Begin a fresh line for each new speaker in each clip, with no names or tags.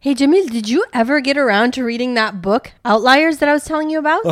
Hey, Jamil, did you ever get around to reading that book, Outliers, that I was telling you about?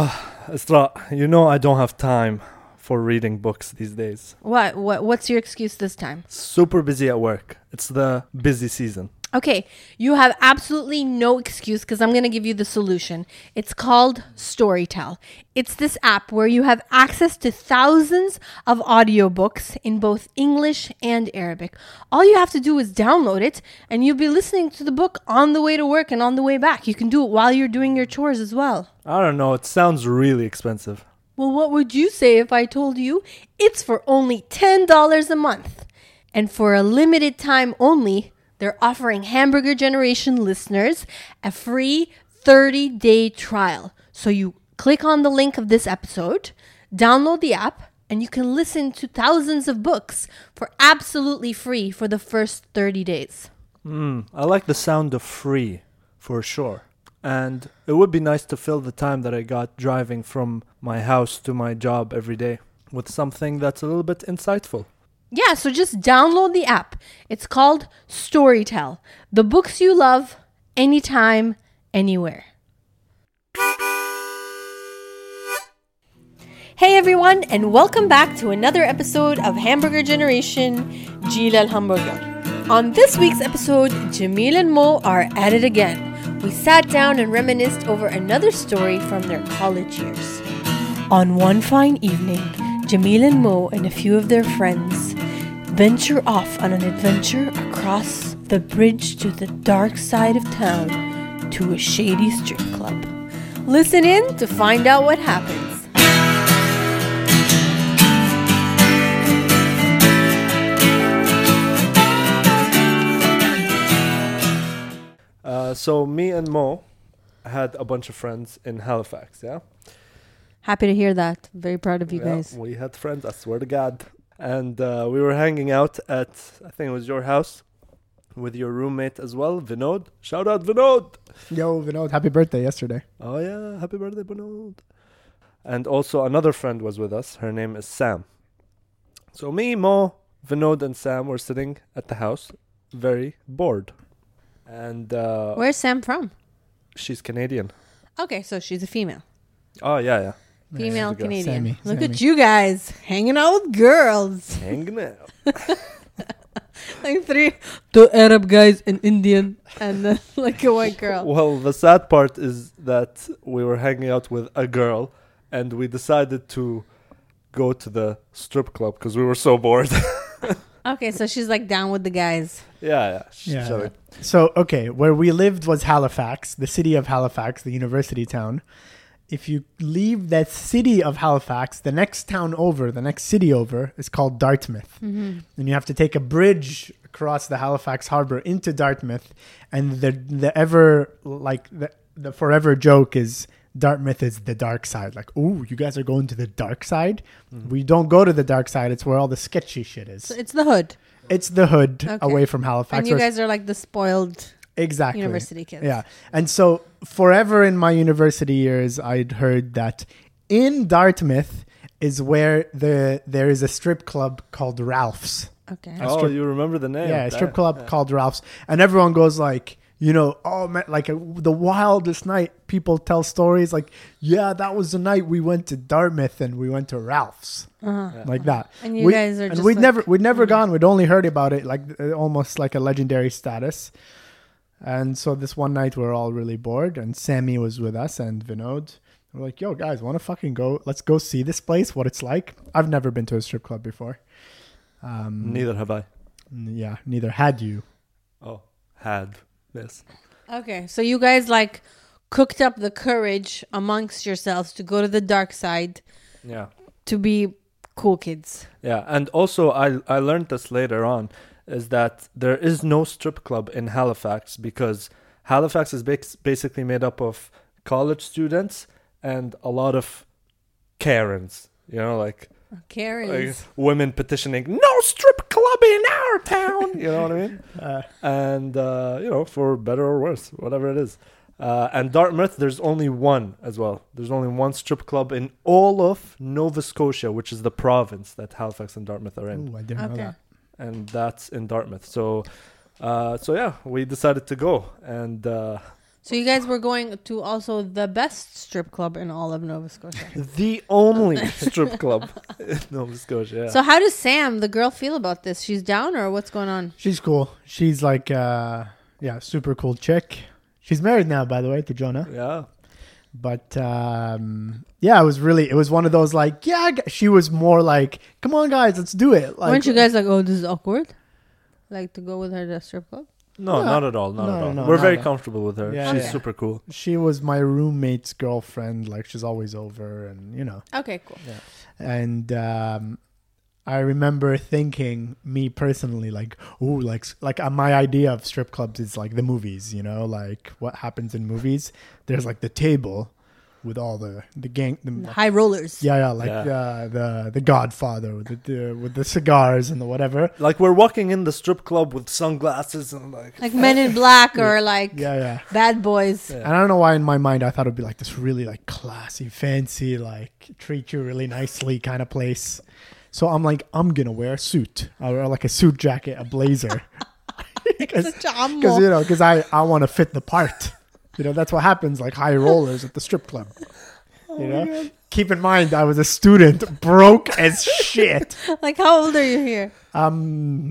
Estra, you know I don't have time for reading books these days.
What, what? What's your excuse this time?
Super busy at work. It's the busy season.
Okay, you have absolutely no excuse because I'm going to give you the solution. It's called Storytel. It's this app where you have access to thousands of audiobooks in both English and Arabic. All you have to do is download it and you'll be listening to the book on the way to work and on the way back. You can do it while you're doing your chores as well.
I don't know, it sounds really expensive.
Well, what would you say if I told you it's for only $10 a month? And for a limited time only, they're offering Hamburger Generation listeners a free 30 day trial. So you click on the link of this episode, download the app, and you can listen to thousands of books for absolutely free for the first 30 days.
I like the sound of free for sure. And it would be nice to fill the time that I got driving from my house to my job every day with something that's a little bit insightful.
Yeah, so just download the app. It's called Storytel. The books you love, anytime, anywhere. Hey everyone, and welcome back to another episode of Hamburger Generation Jilal Hamburger. On this week's episode, Jamil and Mo are at it again. We sat down and reminisced over another story from their college years. On one fine evening, Jamil and Mo and a few of their friends venture off on an adventure across the bridge to the dark side of town to a shady strip club. Listen in to find out what happens.
Uh, so, me and Mo had a bunch of friends in Halifax, yeah?
Happy to hear that. Very proud of you
Yeah,
guys.
We had friends, I swear to God. And uh, we were hanging out at, I think it was your house with your roommate as well, Vinod. Shout out Vinod!
Yo, Vinod, happy birthday yesterday.
Oh, yeah, happy birthday, Vinod. And also another friend was with us. Her name is Sam. So me, Mo, Vinod, and Sam were sitting at the house, very bored. And uh,
Where's Sam from?
she's Canadian.
Okay, so she's a female.
Oh, yeah, yeah.
Female
she's a girl.
Canadian.
Sammy,
Look
Sammy.
at you guys hanging out with girls.
Hanging out.
like three two Arab guys, an Indian, and then like a white girl.
Well, the sad part is that we were hanging out with a girl and we decided to go to the strip club because we were so bored. yeah,
Okay, so she's like down with the guys.
yeah. sh-
Yeah.
shall we?
So, okay, where we lived was Halifax, the city of Halifax, the university town. If you leave that city of Halifax, the next town over, the next city over, is called Dartmouth. And you have to take a bridge across the Halifax harbor into Dartmouth. And the, the ever, like, the, the forever joke is Dartmouth is the dark side. Like, oh, you guys are going to the dark side? We don't go to the dark side. It's where all the sketchy shit is.
So it's the hood,
It's the hood
Okay.
away from Halifax.
and you
or-
guys are like the spoiled.
exactly.
university kids.
Yeah. And so forever in my university years, I'd heard that in Dartmouth is where the there is a strip club called Ralph's.
Okay.
Oh, you remember the name? eh?
Yeah, a strip
Damn.
club called Ralph's, and everyone goes like, you know, oh man, like uh, the wildest night. People tell stories like, yeah, that was the night we went to Dartmouth and we went to Ralph's, like that.
Uh-huh. And you
we,
guys are
and
just
we'd
like- Mm-hmm.
never, we'd never gone. We'd only heard about it, like uh, almost like a legendary status. And so this one night we are all really bored, and Sammy was with us and Vinod. We're like, yo guys, want to fucking go? Let's go see this place, what it's like. I've never been to a strip club before. Um,
Neither have I.
Yeah, neither had you.
Oh, had. Yes.
Okay, so you guys like cooked up the courage amongst yourselves to go to the dark side
Yeah.
to be cool kids.
Yeah. And also, I, I learned this later on is that there is no strip club in Halifax because Halifax is bas- basically made up of college students and a lot of Karens, you know, like like,
Karens.
women petitioning no strip club in our town you know what i mean
Uh,
and uh, you know for better or worse whatever it is uh, and dartmouth there's only one as well there's only one strip club in all of nova scotia which is the province that halifax and dartmouth are in
Ooh, I didn't know
Okay.
that.
and that's in dartmouth so Uh, so yeah, we decided to go, and uh,
So you guys were going to also the best strip club in all of Nova Scotia.
the only strip club in Nova Scotia. yeah.
So how does Sam, the girl, feel about this? She's down or what's going on?
She's cool. She's like, uh, yeah, super cool chick. She's married now, by the way, to Jonah.
yeah,
But um, yeah, it was really, it was one of those like, yeah, g- she was more like, come on, guys, let's do it. Like,
Weren't you guys like, oh, this is awkward? Like to go with her to a strip club?
no,
Yeah.
not at all, not
No,
at all.
no,
We're
not
very
at all.
comfortable with her.
Yeah,
She's
yeah.
super cool.
She was my roommate's girlfriend. Like, she's always over, and you know.
Okay, cool.
and um, I remember thinking, me personally, like, ooh, like, like uh, my idea of strip clubs is like the movies, you know, like what happens in movies. There's like the table with all the the gang, the,
High rollers.
yeah, yeah, like
Yeah.
Uh, the the Godfather with the, the with the cigars and the whatever.
Like we're walking in the strip club with sunglasses and like
Like Men in Black or like
Yeah, yeah.
Bad Boys.
Yeah.
And I don't know why in my mind I thought it'd be like this really like classy, fancy, like treat you really nicely kind of place. So I'm like, I'm gonna wear a suit or like a suit jacket, a blazer, because
Such a homo.
you know, because I I want to fit the part. You know, that's what happens like high rollers at the strip club.
Oh
Oh
You know, keep in mind I was a student, broke as shit.
Like how old are you here?
I'm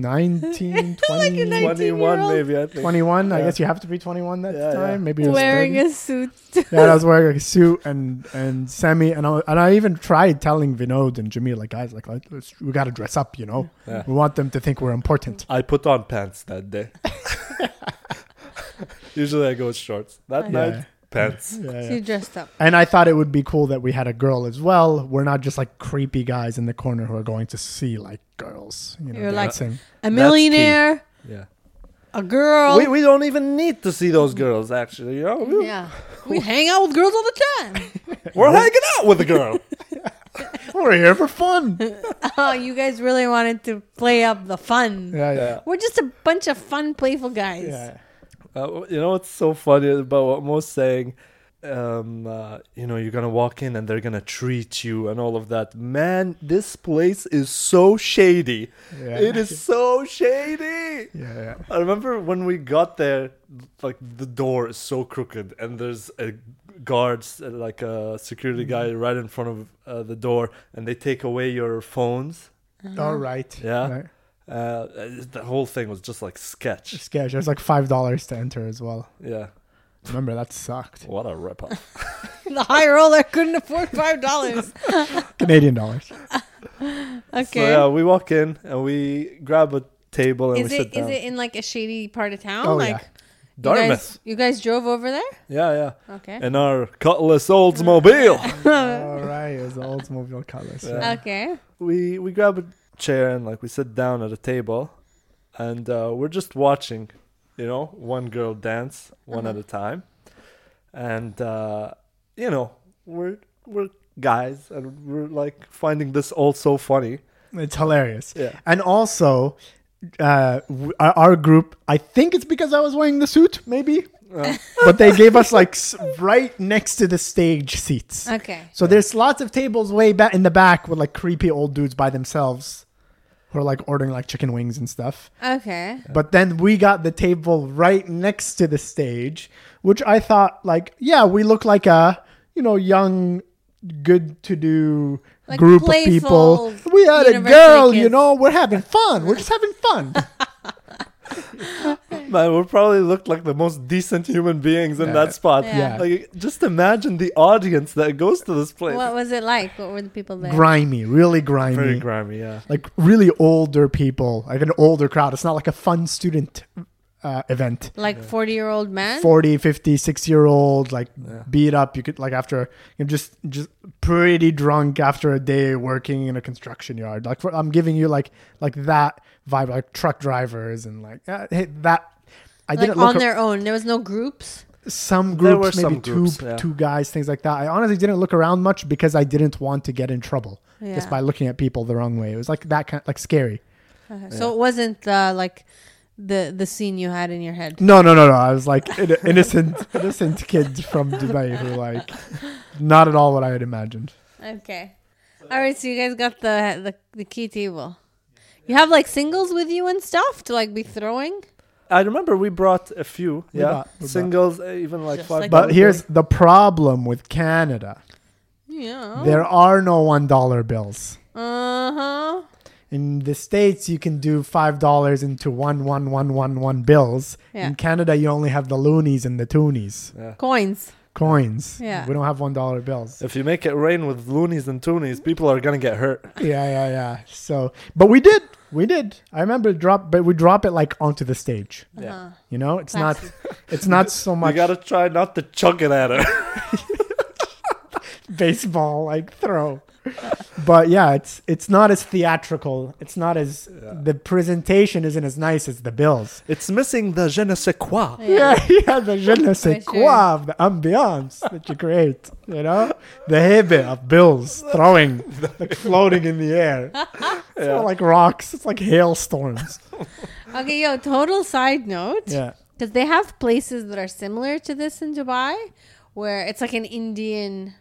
19, 20,
you're 19.
21
19-year-old.
maybe I think.
21. I
Yeah.
guess you have to be 21 that
Yeah, yeah.
time. Maybe it was
Wearing
30.
a suit.
Yeah, and I was wearing a suit and and semi, and I and I even tried telling Vinod and Jamil like guys like like, let's, we got to dress up, you know.
Yeah.
We want them to think we're important.
I put on pants that day. Usually I go with shorts. That
Yeah.
night pants.
Yeah,
So
yeah.
you dressed up.
And I thought it would be cool that we had a girl as well. We're not just like creepy guys in the corner who are going to see like girls, you know,
You're like-
dancing.
A
key.
millionaire,
Yeah.
a girl.
We, we don't even need to see those girls actually. You know? We-
yeah. We hang out with girls all the time.
We're hanging out with a girl.
we're here for fun.
oh, you guys really wanted to play up the fun.
Yeah, yeah,
yeah.
We're just a bunch of fun, playful guys.
yeah.
Uh, you know what's so funny about what Mo's saying? Um, uh, you know, you're gonna walk in and they're gonna treat you and all of that. Man, this place is so shady.
Yeah.
It is so shady.
Yeah, yeah.
I remember when we got there, like the door is so crooked, and there's a guards, uh, like a security guy, right in front of uh, the door, and they take away your phones.
Uh-huh.
All right.
Yeah.
Right.
Uh, Uh, the whole thing was just like sketch.
Sketch. It was like five dollars to enter as well.
Yeah,
Remember that sucked.
what a rip off.
The high roller couldn't afford five dollars.
Canadian dollars.
Okay.
So yeah, we walk in and we grab a table and
is
we
it
sit down.
is it in like a shady part of town?
Oh,
like
yeah.
you
Dartmouth.
guys- You guys, drove over there?
Yeah, yeah.
Okay.
In our Cutlass Oldsmobile,
All right. It was the Oldsmobile colors.
Yeah.
okay.
we we grab a chair and like we sit down at a table, and uh, we're just watching, you know, one girl dance one
Uh-huh.
at a time, and uh, you know we're we're guys and we're like finding this all so funny.
It's hilarious.
Yeah.
And also, uh, w- our, our group, I think it's because I was wearing the suit, maybe,
Uh,
but they gave us like s- right next to the stage seats.
Okay.
So there's lots of tables way back in the back with like creepy old dudes by themselves who are like ordering like chicken wings and stuff.
Okay.
But then we got the table right next to the stage, which I thought like, yeah, we look like a, you know, young good to do
Like
group of
playful
people. We had a
university
girl, you
kids.
know, we're having fun. We're just having fun.
Man, we probably looked like the most decent human beings in
Yeah.
that spot.
Yeah.
Yeah.
Like, just imagine the audience that goes to this place.
What was it like? What were the people there?
grimy, really grimy.
Very grimy, yeah.
like really older people, like an older crowd. It's not like a fun student uh, event.
like forty-year-old man.
40 50 6 year old like
Yeah.
beat up you could like after you know, just just pretty drunk after a day working in a construction yard like for, i'm giving you like like that vibe like truck drivers and like uh, hey, that i
like
didn't
on
look
their own. There was no groups.
some
There
groups
were
maybe
some
two
groups, yeah.
two guys things like that i honestly didn't look around much because i didn't want to get in trouble
Yeah.
just by looking at people the wrong way it was like that kind like scary
Okay. So it wasn't uh, like the the scene you had in your head.
No, no, no, no. I was like an innocent, innocent kid from Dubai who like not at all what I had imagined.
Okay. All right. So you guys got the the, the key table. You have like singles with you and stuff to like be throwing.
I remember we brought a few,
We
yeah,
brought- we brought.
singles, uh, even like
Just
five.
like
But
Okay.
here's the problem with Canada.
Yeah.
There are no $1 bills.
Uh huh.
In the States, you can do $5 into one, one, one, one, one bills.
Yeah.
In Canada, you only have the loonies and the toonies,
yeah.
Coins.
coins.
Yeah.
We don't have $1 bills.
If you make it rain with loonies and toonies, people are gonna get hurt.
yeah, yeah, yeah. So, but we did. We did. I remember drop, but we drop it like onto the stage.
Yeah.
Uh-huh.
You know, it's
Classy.
not, it's not so
You
much
gotta try not to chuck it at her.
baseball like throw. but yeah, it's it's not as theatrical. It's not as the presentation isn't as nice as the Bills.
It's missing the je ne sais quoi.
Yeah, yeah, the je ne sais
For
quoi of the ambiance that you create. You know, the habit of Bills throwing, like floating in the air. It's not like rocks. It's like hailstorms.
Okay, yo, total side note.
Yeah.
Because they have places that are similar to this in Dubai where it's like an Indian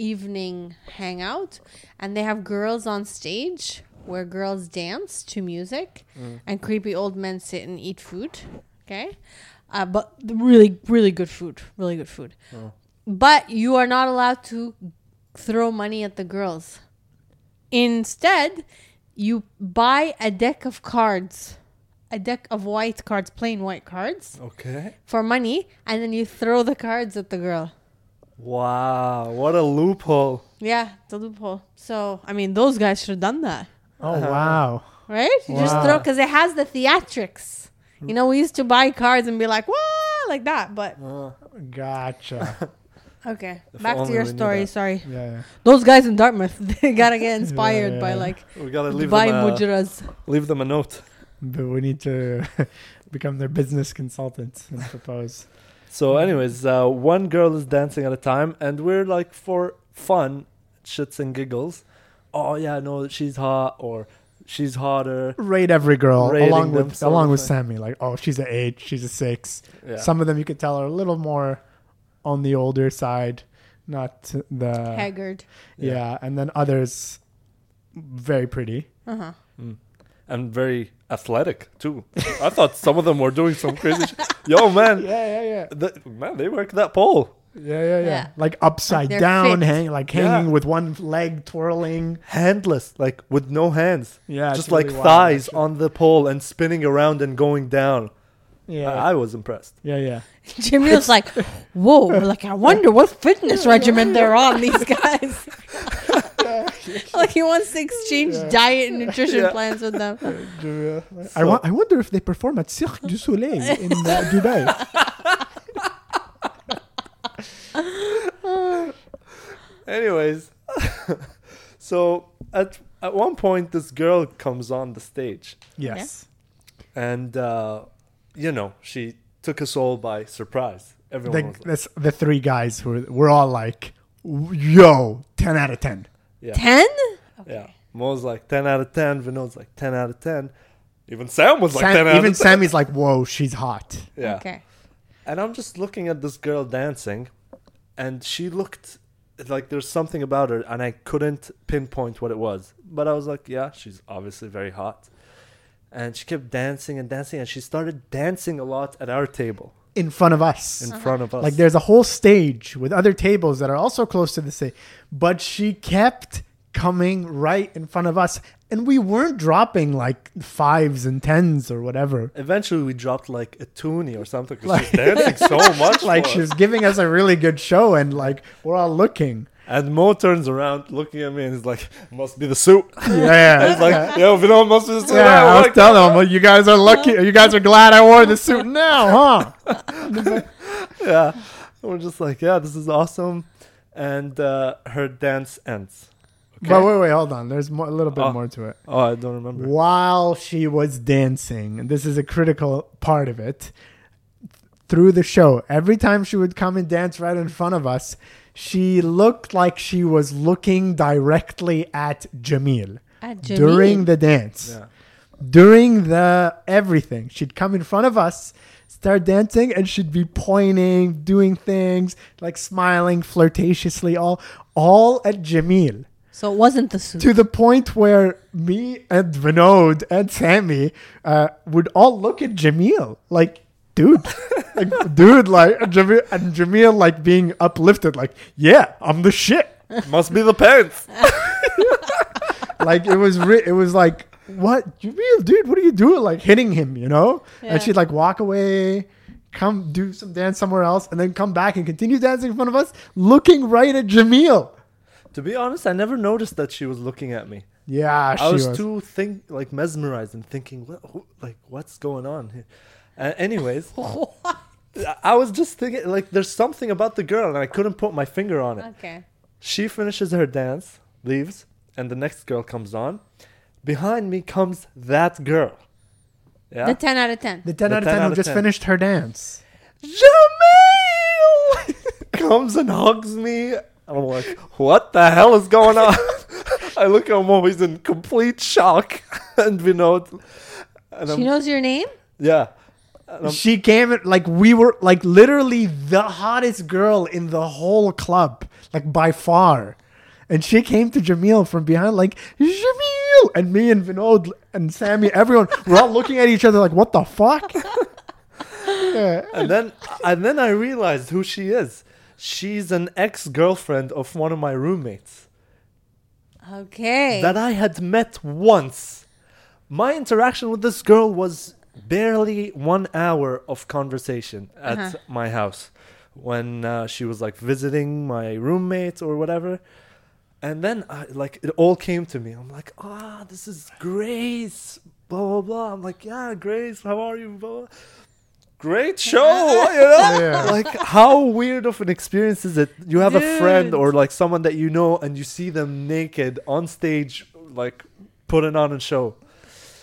evening hangout and they have girls on stage where girls dance to music and creepy old men sit and eat food. Okay. Uh, but really, really good food. Really good food. But you are not allowed to throw money at the girls. Instead, you buy a deck of cards, a deck of white cards, plain white cards
Okay.
for money and then you throw the cards at the girl.
Wow, what a loophole.
Yeah, the loophole. So, I mean, those guys should have done that,
Oh wow.
right? You just
Wow.
throw because it has the theatrics. You know, we used to buy cards and be like, "Whoa," like that. But
Gotcha.
okay,
If
back to
only
your
we knew
story.
that.
Sorry,
Yeah. yeah.
those guys in Dartmouth they gotta get inspired by
yeah.
like
We gotta leave
Dubai
them,
mujiras.
a, leave them a note.
But we need to become their business consultants and propose.
So, anyways, uh, one girl is dancing at a time, and we're like for fun, shits and giggles. Oh yeah, no, she's hot, or she's hotter.
rate every girl
Rating
along
them
with
sort
along
of
with
thing.
Sammy. Like, oh, she's an eight, she's a six.
Yeah.
Some of them you could tell are a little more on the older side, not the
Haggard.
yeah. and then others very pretty.
Uh huh.
and very athletic too. I thought some of them were doing some crazy. Sh- Yo, man,
Yeah, yeah, yeah,
th- man, they work that pole,
yeah, yeah, yeah.
Yeah.
Like upside
they're
down,
fit.
hang like
Yeah.
hanging with one leg twirling.
handless, like with no hands,
Yeah,
just
it's really
like
wild,
thighs
actually.
on the pole and spinning around and going down.
Yeah,
I-, I was impressed.
yeah, yeah.
Jimmy was like, "Whoa!" Like, I wonder what fitness regimen they're on these guys. like, he wants to exchange diet and nutrition
Yeah.
plans with them.
I, wa- I wonder if they perform at Cirque du Soleil in uh, Dubai.
Anyways, so at at one point, this girl comes on the stage,
Yes.
and uh, you know she took us all by surprise. Everyone
the,
was like,
that's the three guys who were, were all like, yo, 10 out of 10.
yeah,
Ten?
yeah. Mo's like ten out of ten. Vinod's like ten out of ten. Even Sam was like
Sam-
ten out
even
of ten.
Sammy's like, whoa, she's hot.
Yeah.
Okay.
And I'm just looking at this girl dancing, and she looked like there's something about her, and I couldn't pinpoint what it was. But I was like, yeah, she's obviously very hot. And she kept dancing and dancing, and she started dancing a lot at our table
In front of us.
in front of us.
Like there's a whole stage with other tables that are also close to the stage. But she kept coming right in front of us. And we weren't dropping like fives and tens or whatever.
Eventually, we dropped like a toonie or something because she's dancing so much.
Like
for
she
us.
was giving us a really good show and like we're all looking.
And Mo turns around looking at me and he's like, must be the suit.
Yeah.
He's like, yo, Vinod, must be the suit.
Yeah,
I
I was
like
telling them, well, you guys are lucky. You guys are glad I wore the suit now, huh?
yeah. And we're just like, yeah, this is awesome. And uh, her dance ends.
But wait, wait, hold on. There's more, a little bit
Oh.
more to it.
Oh, I don't remember.
While she was dancing, and this is a critical part of it, through the show, every time she would come and dance right in front of us, she looked like she was looking directly at Jamil
At
during
Jamil.
the dance.
Yeah.
During the everything, she'd come in front of us, start dancing, and she'd be pointing, doing things, like smiling flirtatiously, all all at Jamil.
So it wasn't the suit.
to the point where me and Vinod and Sammy uh, would all look at Jameel like, dude, like, dude, like, and Jameel, and Jameel like being uplifted, like, yeah, I'm the shit.
Must be the pants.
Like it was, re- it was like, what, Jameel, dude, what are you doing? Like hitting him, you know?
Yeah.
And she'd like walk away. Come do some dance somewhere else, and then come back and continue dancing in front of us, looking right at Jameel.
to be honest, I never noticed that she was looking at me.
Yeah, she
I was, too think like mesmerized and thinking, what, who, like what's going on here. Uh, anyways, I- I was just thinking like there's something about the girl and I couldn't put my finger on it.
okay.
She finishes her dance, leaves, and the next girl comes on. Behind me comes that girl. Yeah.
The 10 out of 10.
The 10
The
out of
10
10,
out
who
of
just
10.
finished her dance.
Jamil comes and hugs me. I'm like, what the hell is going on? I look at him, always in complete shock. and we know, it. and I'm,
she knows your name?
yeah. And I'm-
She came in, like, we were, like, literally the hottest girl in the whole club, like, by far. And she came to Jamil from behind, like, Jamil! And me and Vinod and Sammy, everyone, we're all looking at each other, like, what the fuck? Yeah.
and then and then I realized who she is. She's an ex-girlfriend of one of my roommates.
Okay.
that I had met once. My interaction with this girl was barely one hour of conversation at my house when uh, she was like visiting my roommates or whatever. And then I, like it all came to me. I'm like, ah, this is Grace. Blah blah blah. I'm like, yeah, Grace, how are you? Blah, blah. Great show. you know?
Yeah.
Like, how weird of an experience is it? You have a friend
Dude.
or like someone that you know, and you see them naked on stage, like putting on a show.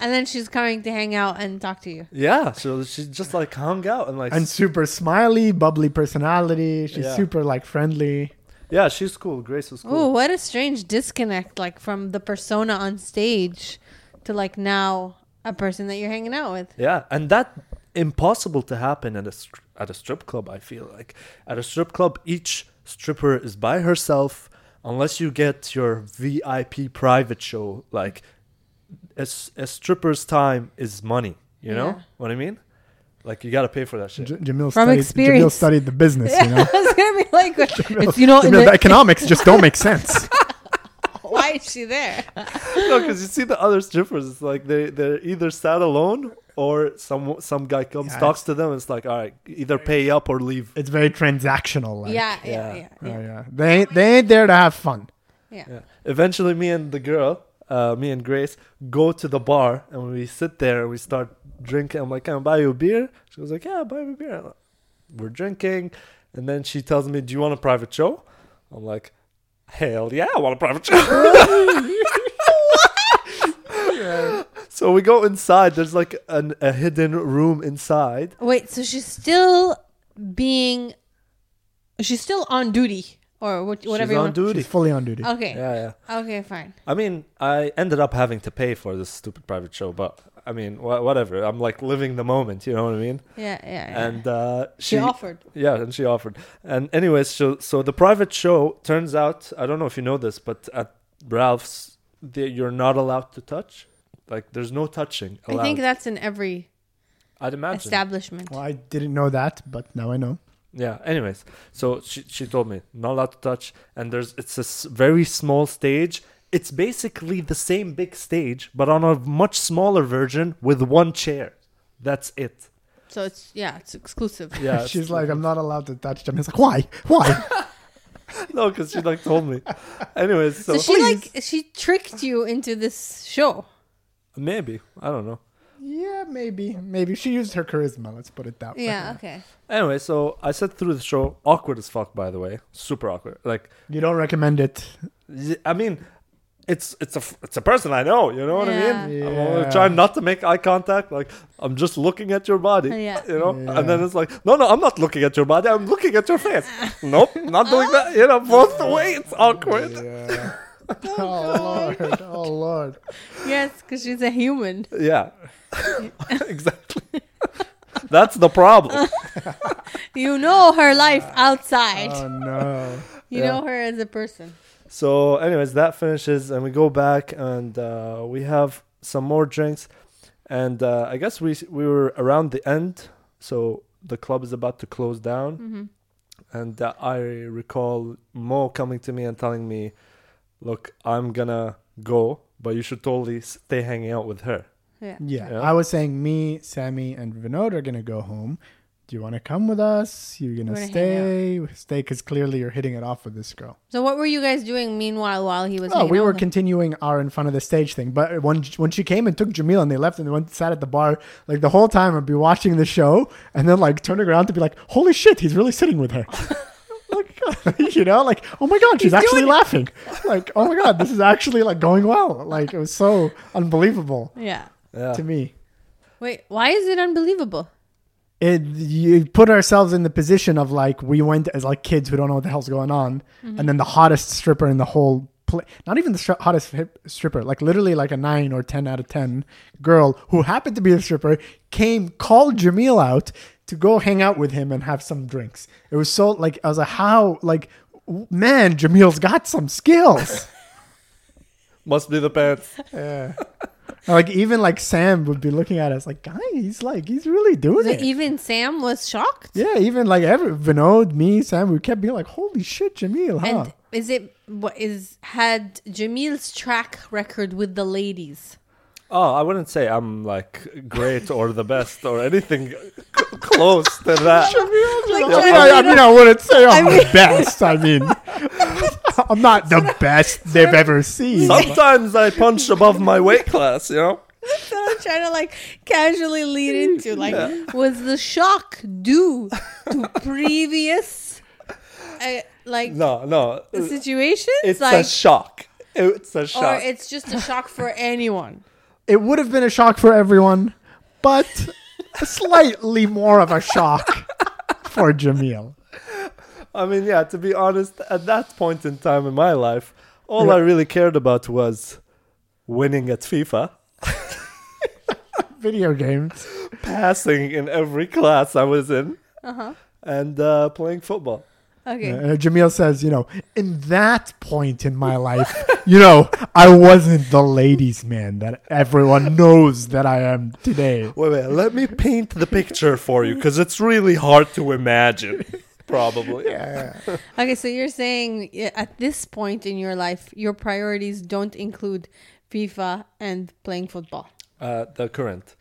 and then she's coming to hang out and talk to you.
Yeah, so she just like hung out and like,
And super smiley, bubbly personality. She's
Yeah.
super, like, friendly.
yeah, she's cool. Grace was
Ooh,
cool.
what a strange disconnect, like from the persona on stage to like now a person that you're hanging out with.
Yeah, and that impossible to happen at a str- at a strip club. I feel like at a strip club, each stripper is by herself, unless you get your VIP private show. Like, a, s- a stripper's time is money. You know
Yeah.
what I mean? Like, you gotta pay for that shit.
J- Jamil,
From
studied, Jamil
experience.
studied the business, you know?
it's gonna be like, it's, you know, in
Jamil, the
the,
economics just don't make sense.
why is she there?
no, because you see the other strippers. It's like they they're either sat alone or some some guy comes
Yeah,
talks to them. It's like, all right, either pay up or leave.
It's very transactional. Like.
yeah, yeah,
yeah.
yeah,
Oh,
yeah,
yeah. They ain't, they ain't there to have fun.
yeah.
Yeah. Eventually, me and the girl, uh, me and Grace, go to the bar and we sit there and we start drinking. I'm like, can I buy you a beer? She was like, yeah, buy me a beer. I'm like, We're drinking, and then she tells me, do you want a private show? I'm like, hell yeah, I want a private show. So we go inside. There's like an, a hidden room inside.
Wait, so she's still being, she's still on duty or what, whatever.
She's
you
on
want.
duty.
She's fully on duty.
Okay,
Yeah, yeah.
okay, fine.
I mean, I ended up having to pay for this stupid private show, but I mean, wha whatever. I'm like living the moment, you know what I mean?
Yeah, yeah, yeah.
And uh,
she
she,
offered.
Yeah, and she offered. And anyways, so so the private show turns out. I don't know if you know this, but at Ralph's, they, you're not allowed to touch. Like, there's no touching allowed.
I think that's in every
I'd imagine.
establishment.
Well, I didn't know that, but now I know.
Yeah. Anyways, so she she told me not allowed to touch, and there's it's a s- very small stage. It's basically the same big stage, but on a much smaller version with one chair. That's it.
So it's yeah, it's exclusive.
Yeah. it's-
She's like, I'm not allowed to touch them. He's like, why? Why?
no, because she like told me. Anyways, so,
So, she like she tricked you into this show.
maybe I don't know.
yeah, maybe, maybe she used her charisma. Let's put it that way.
Yeah, okay.
Anyway, so I sat through the show. Awkward as fuck, by the way. Super awkward. Like,
You don't recommend it.
y- I mean, it's it's a f- it's a person I know. You know what I mean?
Yeah.
I'm
Yeah.
always trying not to make eye contact. Like, I'm just looking at your body.
Yeah.
You know.
Yeah.
And then it's like, no, no, I'm not looking at your body. I'm looking at your face. nope, not doing that. You know, both the way. It's awkward. Yeah.
Yeah. oh lord, oh lord.
Yes, because she's a human.
exactly. That's the problem.
You know her life outside.
Oh no.
you
yeah.
know her as a person.
So, anyways, that finishes, and we go back, and uh, we have some more drinks, and uh, I guess we we were around the end, so the club is about to close down,
Mm-hmm.
and uh, I recall Mo coming to me and telling me, "Look, I'm gonna go, but you should totally stay hanging out with her."
Yeah.
Yeah.
Yeah.
I was saying me, Sammy, and Vinod are gonna go home. Do you want to come with us? You're gonna,
We're gonna
stay, stay, because clearly you're hitting it off with this girl.
So what were you guys doing meanwhile while he was?
Oh,
hanging
we
out
were
with her?
continuing our in front of the stage thing, but when when she came and took Jamil and they left and they went sat at the bar like the whole time, I'd be watching the show and then like turning around to be like, "Holy shit, he's really sitting with her." like, you know, like, "Oh my god, she's actually laughing." Like, "Oh my god, this is actually like going well." Like it was so unbelievable
yeah.
Yeah,
to me.
Wait, why is it unbelievable?
it you put ourselves in the position of like we went as like kids who don't know what the hell's going on and then the hottest stripper in the whole pla not even the stri- hottest hip- stripper like literally like a 9 or 10 out of 10 girl who happened to be a stripper came called Jamil out to go hang out with him and have some drinks it was so like I was like how like w- man Jamil's got some skills
must be the pants.
like even like Sam would be looking at us like guy he's like he's really doing
So
it
even Sam was shocked.
Yeah, even like every Vinod, me, Sam, we kept being like, "Holy shit, Jamil!" Huh?
And is it what is had Jamil's track record with the ladies?
Oh, I wouldn't say I'm like great or the best or anything c- close to that.
Like,
I, mean, I, I mean, I wouldn't say I'm
mean-
the best. I mean, I'm not the best they've ever seen.
Sometimes I punch above my weight class, you know?
That's what I'm trying to like casually lead into. Like, was the shock due to previous, uh, like,
No, no.
situations?
It's a
like,
shock. It's a
or
shock.
it's just a shock for anyone.
It would have been a shock for everyone, but slightly more of a shock for Jamil.
I mean, yeah, to be honest, at that point in time in my life, all I really cared about was winning at FIFA,
Video games.
passing in every class I was in,
Uh-huh.
and uh, playing football.
Okay.
Uh, Jamil says, "You know, in that point in my life, you know, I wasn't the ladies' man that everyone knows that I am today."
Wait, wait, let me paint the picture for you because it's really hard to imagine, probably.
Okay, so you're saying yeah, at this point in your life, your priorities don't include FIFA and playing football.
Uh, the current.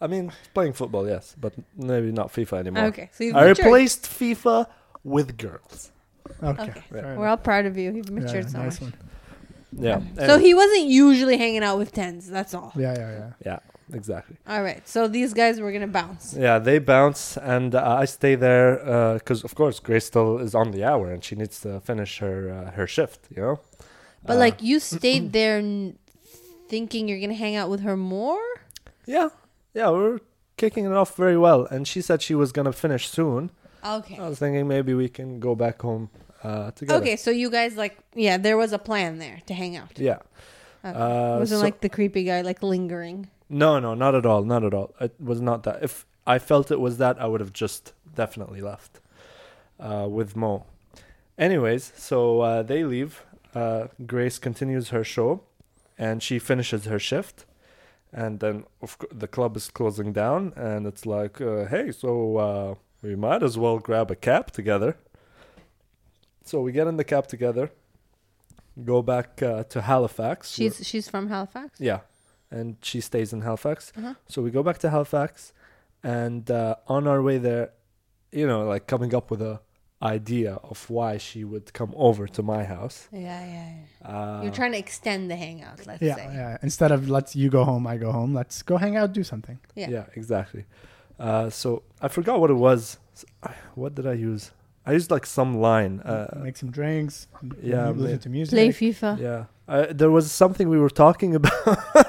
I mean, playing football, yes, but maybe not FIFA anymore.
Okay, so you've
I
matured.
replaced FIFA with girls.
Okay.
Okay,
fair
we're all proud of you. You've
enough.
matured so
nice
much.
one.
Yeah.
So he wasn't usually hanging out with tens. That's all.
Yeah, yeah, yeah.
Yeah, exactly.
All right. So these guys were gonna bounce.
Yeah, they bounce, and uh, I stay there because, of course, Grace still is on the hour, and she needs to finish her uh, her shift. You know.
But
Uh,
like you stayed there, n- thinking you're gonna hang out with her more.
Yeah, yeah, we were kicking it off very well, and she said she was gonna finish soon.
Okay.
I was thinking maybe we can go back home uh, together.
Okay. So you guys like yeah, there was a plan there to hang out.
Yeah.
Okay.
Uh,
it wasn't
so-
like the creepy guy like lingering.
No, no, not at all, not at all. It was not that. If I felt it was that, I would have just definitely left uh, with Mo. Anyways, so uh, they leave. Uh, Grace continues her show, and she finishes her shift, and then of cou- the club is closing down, and it's like, uh, hey, so uh, we might as well grab a cab together. So we get in the cab together, go back uh, to Halifax. where-
She's she's from Halifax.
yeah, and she stays in Halifax.
Uh-huh.
So we go back to Halifax, and uh, on our way there, you know, like coming up with a idea of why she would come over to my house.
Yeah, yeah. yeah.
Uh,
You're trying to extend the hangout, let's
Yeah,
say.
yeah. Instead of let's you go home, I go home. Let's go hang out, do something.
Yeah.
yeah. exactly. Uh, so I forgot what it was. S- I- What did I use? I used like some line. Uh,
Make some drinks. m-
yeah,
listen
ma-
to music.
Play FIFA.
Uh, yeah, I, there was something we were talking about.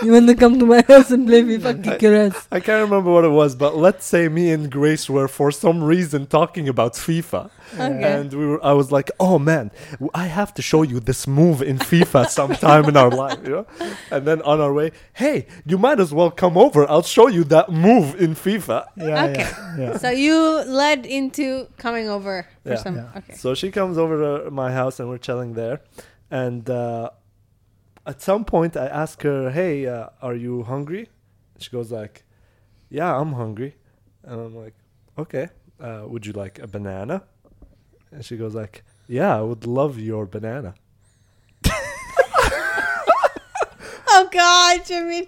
You want to come to my house and play with fucking carrots?
I can't remember what it was, but let's say me and Grace were for some reason talking about FIFA,
Okay.
and we were. I was like, "Oh man, w- I have to show you this move in FIFA sometime in our life," you know. And then on our way, hey, you might as well come over. I'll show you that move in FIFA.
Yeah,
Okay.
yeah, yeah.
So you led into coming over for
Yeah.
some.
Yeah.
Okay.
So she comes over to my house and we're chilling there. And uh, at some point, I ask her, "Hey, uh, are you hungry?" She goes like, "Yeah, I'm hungry." And I'm like, "Okay, uh, would you like a banana?" And she goes like, "Yeah, I would love your banana."
Oh God, Jimmy.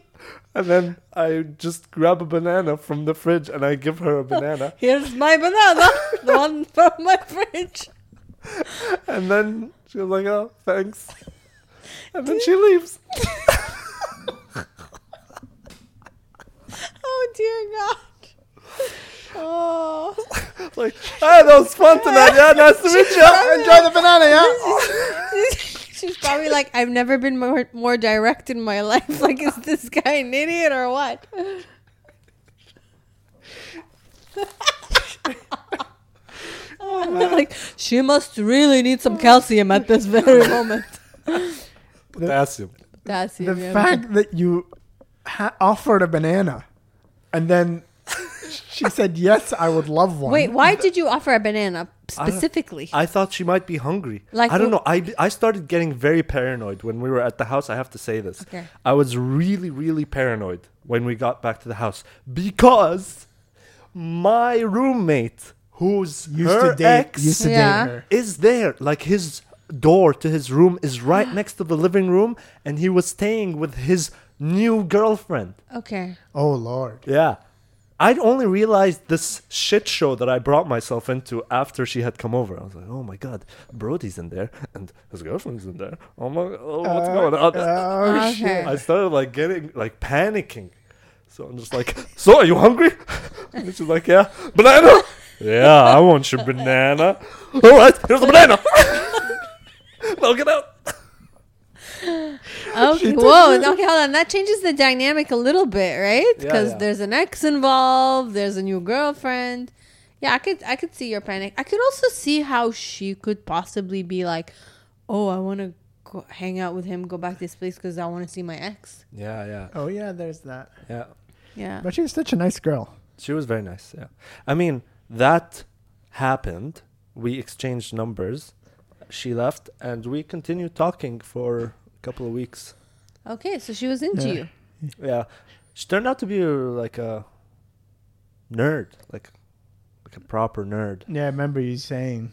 And then I just grab a banana from the fridge and I give her a banana.
Here's my banana, the one from my fridge.
and then she was like, "Oh, thanks." And then she leaves.
Oh dear God. Oh.
Like, ah, that was fun tonight. Yeah, nice to meet you. Enjoy the banana. Yeah.
She's probably like, I've never been more, more direct in my life. Like, is this guy an idiot or what?
like she must really need some calcium at this very moment.
Potassium.
That's
The fact that you ha- offered a banana and then she said, Yes, I would love one.
Wait, why did you offer a banana specifically?
I thought she might be hungry.
Like
Like I don't
who-
know. I, I started getting very paranoid when we were at the house. I have to say this.
Okay.
I was really really paranoid when we got back to the house because my roommate, who's
Used
her
to date,
ex,
used to
Yeah.
date her.
is there. Like his door to his room is right next to the living room, and he was staying with his new girlfriend.
okay.
Oh Lord.
Yeah. I'd only realized this shit show that I brought myself into after she had come over. I was like, oh my god, Brody's in there and his girlfriend's in there. Oh my, oh, what's going on?
Oh
Okay.
shit.
I started like getting, like panicking. So I'm just like, so are you hungry? And she's like, yeah, banana. Yeah, I want your banana. All right, here's a banana. now get out.
Okay. Whoa. Okay. Hold on. That changes the dynamic a little bit, right?
Yeah,
Because
yeah.
there's an ex involved. There's a new girlfriend. Yeah, I could. I could see your panic. I could also see how she could possibly be like, "Oh, I want to hang out with him. Go back to this place because I want to see my ex."
Yeah, yeah,
Oh yeah, there's that.
yeah.
Yeah.
But she was such a nice girl.
She was very nice. Yeah. I mean, that happened. We exchanged numbers. She left, and we continued talking for a couple of weeks.
Okay. So she was into
Yeah.
you.
Yeah. She turned out to be uh, like a nerd, like like a proper nerd,
Yeah, I remember you saying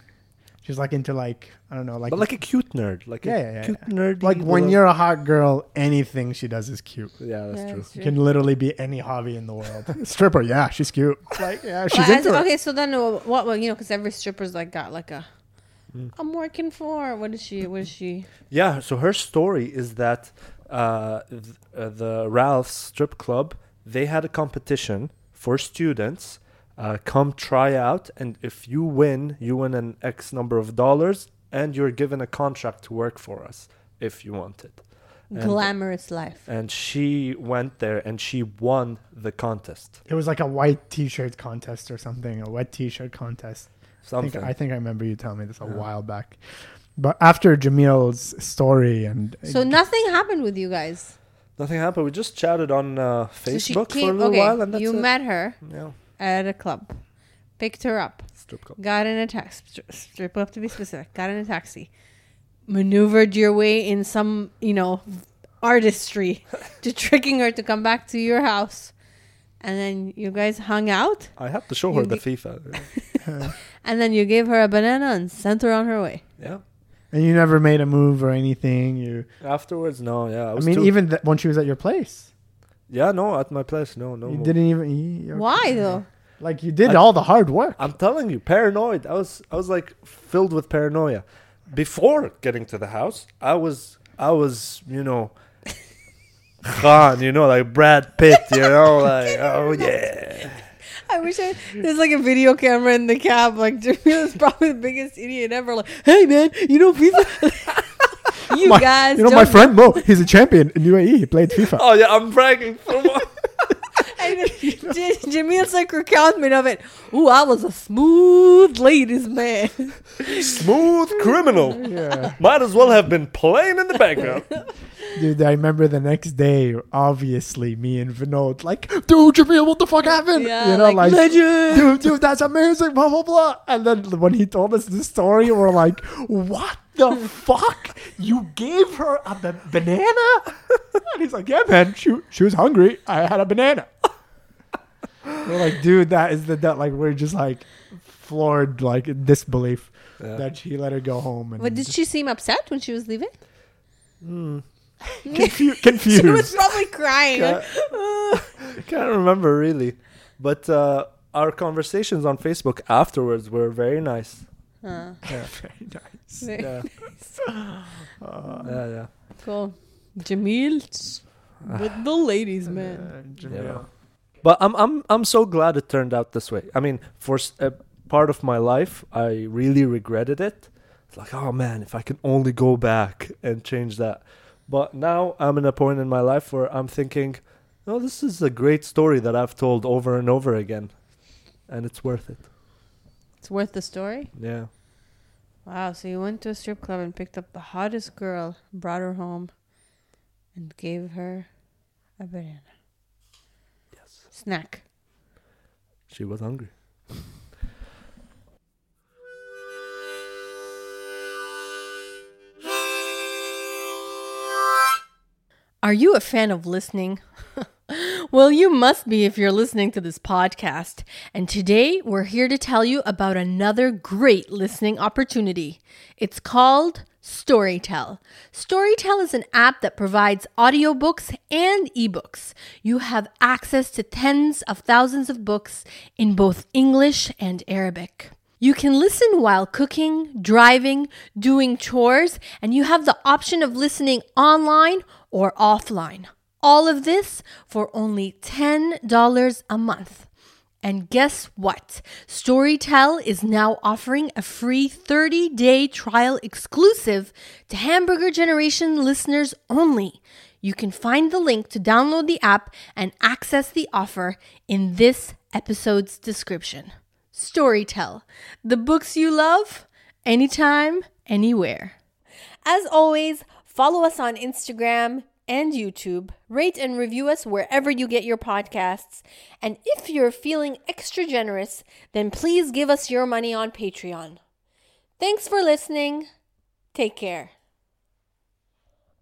she was like into like I don't know, like
but like a cute nerd, like
Yeah,
a
yeah, yeah,
cute
yeah.
nerd.
like when you're a hot girl, anything she does is cute.
Yeah, that's
Yeah,
true.
that's
It can literally be any hobby in the world. Stripper, yeah, she's cute. Like yeah, she's
Well, as-
into it.
okay. So then, uh, what? Well, you know, because every stripper's like got like a.
Mm.
I'm working for. What is she? What is she?
Yeah, so her story is that uh, th- uh, the Ralph's strip club they had a competition for students. Uh, come try out, and if you win, you win an X number of dollars, and you're given a contract to work for us if you want it. And-
Glamorous life.
And she went there, and she won the contest.
It was like a white T-shirt contest or something, a wet T-shirt contest. I think,
Something.
I think I remember you telling me this a while back. But after Jamil's story and
So nothing happened with you guys.
Nothing happened. We just chatted on uh, Facebook for a little
okay,
while, and that's
you
it.
met her
yeah,
at a club, picked her up,
strip club.
got in a taxi, strip up to be specific, got in a taxi, maneuvered your way in some, you know, artistry to tricking her to come back to your house. And then you guys hung out,
I had to show
You
her the
ge-
FIFA.
and then you gave her a banana and sent her on her way.
yeah.
and you never made a move or anything. You,
Afterwards, no. Yeah, I
I
was
mean,
too-
even th- when she was at your place,
Yeah, no, at my place, no, no.
you
more.
didn't even. you- you-
Why though?
Like you did
I-
all the hard work.
I'm telling you, paranoid. I was, I was like filled with paranoia. Before getting to the house, I was, I was, you know, Khan, you know, like Brad Pitt, you know, like oh yeah,
I wish I, there's like a video camera in the cab. Like Jamil is probably the biggest idiot ever. Like, hey man, you know FIFA? You
My-
guys,
You know,
don't
my friend Mo, he's a champion in UAE. He played FIFA.
Oh yeah, I'm bragging. For what?
And J- Jamil's like recountment of it. Ooh, I was a smooth ladies man.
Smooth criminal.
Yeah.
Might as well have been playing in the background.
Dude, I remember the next day, obviously, me and Vinod, like, dude, Jamil, what the fuck happened?
Yeah,
you know,
like,
like,
legend.
dude, dude, that's amazing, blah, blah, blah. And then when he told us the story, we're like, what the fuck? You gave her a ba- banana? and he's like, yeah, man, she, she was hungry. I had a banana. we're like, dude, that is the, that, like, we're just like floored, like, in disbelief
Yeah.
that she let her go home. And
But did she seem upset when she was leaving?
Confu-
She was
confused.
probably crying.
Yeah. I can't remember really, but uh, our conversations on Facebook afterwards were very nice.
Huh.
Very nice.
Yeah,
Uh,
yeah, yeah.
Cool. Jamil's with the ladies man.
Yeah. But I'm I'm I'm so glad it turned out this way. I mean, for s- a part of my life, I really regretted it. It's like, oh man, if I can only go back and change that. But now I'm in a point in my life where I'm thinking, no, this is a great story that I've told over and over again, and it's worth it.
It's worth the story.
Yeah.
Wow, so you went to a strip club and picked up the hottest girl, brought her home, and gave her a banana. Yes. Snack.
She was hungry.
Are you a fan of listening? well, you must be if you're listening to this podcast. And today we're here to tell you about another great listening opportunity. It's called Storytel. Storytel is an app that provides audiobooks and ebooks. You have access to tens of thousands of books in both English and Arabic. You can listen while cooking, driving, doing chores, and you have the option of listening online or offline. All of this for only $10 a month. And guess what? Storytel is now offering a free 30 day trial exclusive to Hamburger Generation listeners only. You can find the link to download the app and access the offer in this episode's description. Storytel, the books you love, anytime, anywhere. As always, follow us on Instagram and YouTube, rate and review us wherever you get your podcasts, and if you're feeling extra generous, then please give us your money on Patreon. Thanks for listening. Take care.